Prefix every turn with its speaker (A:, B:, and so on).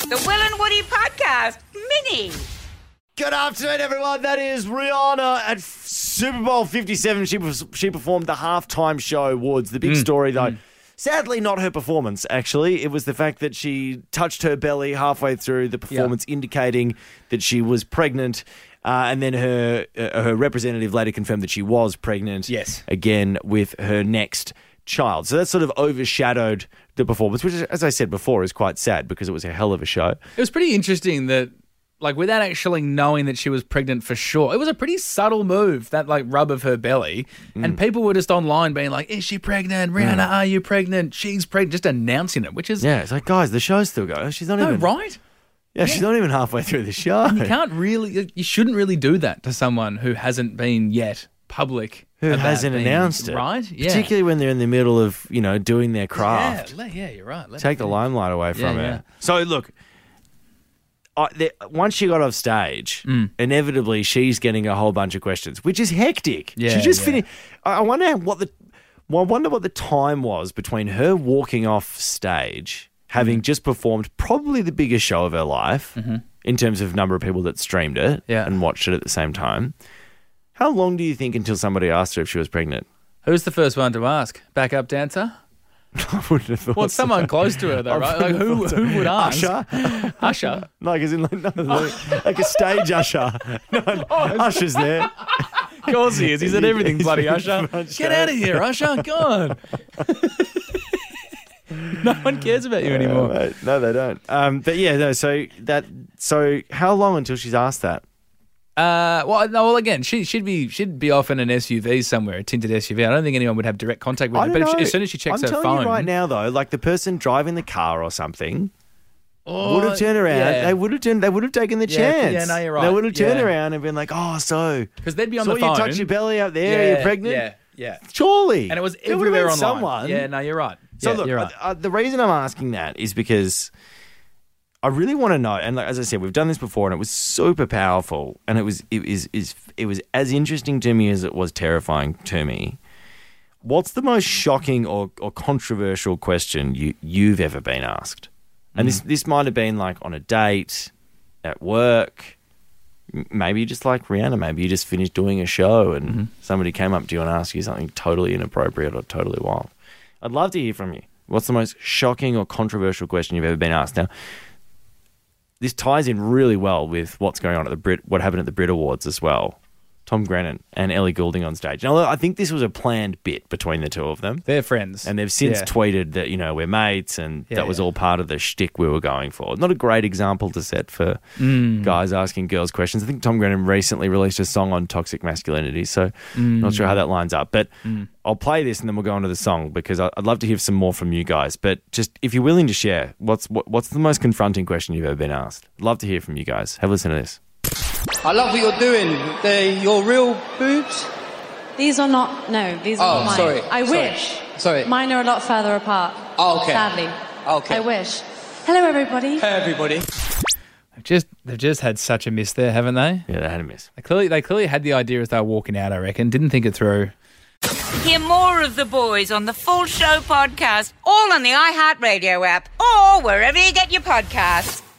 A: The Will and Woody Podcast Mini.
B: Good afternoon, everyone. That is Rihanna at F- Super Bowl 57. She, was, she performed the halftime show awards. The big story, though, sadly, not her performance, actually. It was the fact that she touched her belly halfway through the performance, indicating that she was pregnant. Uh, and then her uh, her representative later confirmed that she was pregnant.
C: Yes.
B: Again, with her next child. So that sort of overshadowed the performance, which, is, as I said before, is quite sad because it was a hell of a show.
C: It was pretty interesting that, like, without actually knowing that she was pregnant for sure, it was a pretty subtle move, that, like, rub of her belly.
B: Mm.
C: And people were just online being like, Is she pregnant? Rihanna, are you pregnant? She's pregnant. Just announcing it, which is
B: Yeah, it's like, guys, the show still goes. She's not
C: no
B: even
C: right.
B: Yeah, she's not even halfway through the show.
C: You can't really, you shouldn't really do that to someone who hasn't been yet public.
B: Who
C: about
B: hasn't
C: being-
B: announced it?
C: Right? Yeah.
B: Particularly when they're in the middle of, you know, doing their
C: yeah,
B: craft.
C: le- yeah, you're right. Let-
B: Take the limelight away from
C: yeah.
B: her. So, look, I, the, once she got off stage,
C: Mm.
B: inevitably she's getting a whole bunch of questions, which is hectic.
C: Yeah,
B: she just
C: yeah.
B: finished. I I wonder what the. Well, I wonder what the time was between her walking off stage,
C: Mm.
B: having just performed probably the biggest show of her life in terms of number of people that streamed it
C: Mm-hmm. Yeah.
B: and watched it at the same time. How long do you think until somebody asked her if she was pregnant?
C: Who's the first one to ask? Backup dancer?
B: I wouldn't have thought.
C: Well,
B: so.
C: someone close to her, though, right? Like, who, who would ask?
B: Usher?
C: Usher?
B: Like, as in, like, no, like, like a stage usher. No, no,
C: Oh,
B: Usher's there.
C: Of course he is. He's at everything,
B: He's
C: bloody
B: at
C: Usher.
B: everything, Usher.
C: Get out of here, Usher. God. no one cares about you anymore.
B: Mate, no, they don't. Um, but yeah, no. So that. So how long until she's asked that?
C: Uh, well, no, well, again, she, she'd be she'd be off in an SUV somewhere, a tinted SUV. I don't think anyone would have direct contact with
B: I
C: her.
B: don't
C: But if she,
B: know.
C: as soon as she checks
B: I'm
C: her
B: telling
C: phone,
B: you right now, though, like the person driving the car or something
C: oh,
B: would have turned around.
C: yeah.
B: They would have turned. They would have taken the
C: Yeah,
B: chance.
C: yeah, no, you're
B: They
C: right.
B: would have turned
C: Yeah.
B: around and been like, "Oh, so
C: 'Cause they'd be on
B: saw
C: the
B: you
C: phone.
B: touch your belly up there.
C: yeah,
B: you're pregnant.
C: Yeah, yeah.
B: Surely.
C: And it was
B: There would have
C: everywhere
B: been
C: online.
B: Someone.
C: Yeah, no, you're right.
B: So
C: yeah,
B: look,
C: you're right.
B: uh, uh, the reason I'm asking that is because I really want to know. And like, as I said, we've done this before, and it was super powerful, and it was it is is it was as interesting to me as it was terrifying to me. What's the most shocking or, or controversial question you you've ever been asked? And
C: Hmm.
B: this this might have been like on a date, at work. m- Maybe just like Rihanna, maybe you just finished doing a show and somebody came up to you and asked you something totally inappropriate or totally wild. I'd love to hear from you. What's the most shocking or controversial question you've ever been asked? Now, this ties in really well with what's going on at the Brit, what happened at the Brit Awards as well. Tom Grennan and Ellie Goulding on stage. Now, look, I think this was a planned bit between the two of them,
C: They're friends.
B: and they've since
C: Yeah.
B: tweeted that you know we're mates, and
C: Yeah,
B: that was
C: yeah.
B: all part of the shtick we were going for. Not a great example to set for
C: Mm.
B: guys asking girls questions. I think Tom Grennan recently released a song on toxic masculinity, so not sure how
C: Mm.
B: that lines up. But I'll play this and then we'll go on to the song because I- I'd love to hear some more from you guys. But just if you're willing to share, what's what, what's the most confronting question you've ever been asked? Love to hear from you guys. Have a listen to this.
D: I love what you're doing. They're your real boobs.
E: These are not. No, these are
D: Oh,
E: not mine.
D: sorry,
E: I
D: sorry,
E: wish.
D: sorry.
E: Mine are a lot further apart.
D: Oh, okay.
E: Sadly.
D: Okay.
E: I wish. Hello, everybody.
D: Hey, everybody.
C: They've just they've just had such a miss there, haven't they?
B: Yeah, they had a miss.
C: They clearly they clearly had the idea as they were walking out. I reckon didn't think it through.
A: Hear more of the boys on the full show podcast, all on the iHeartRadio app or wherever you get your podcasts.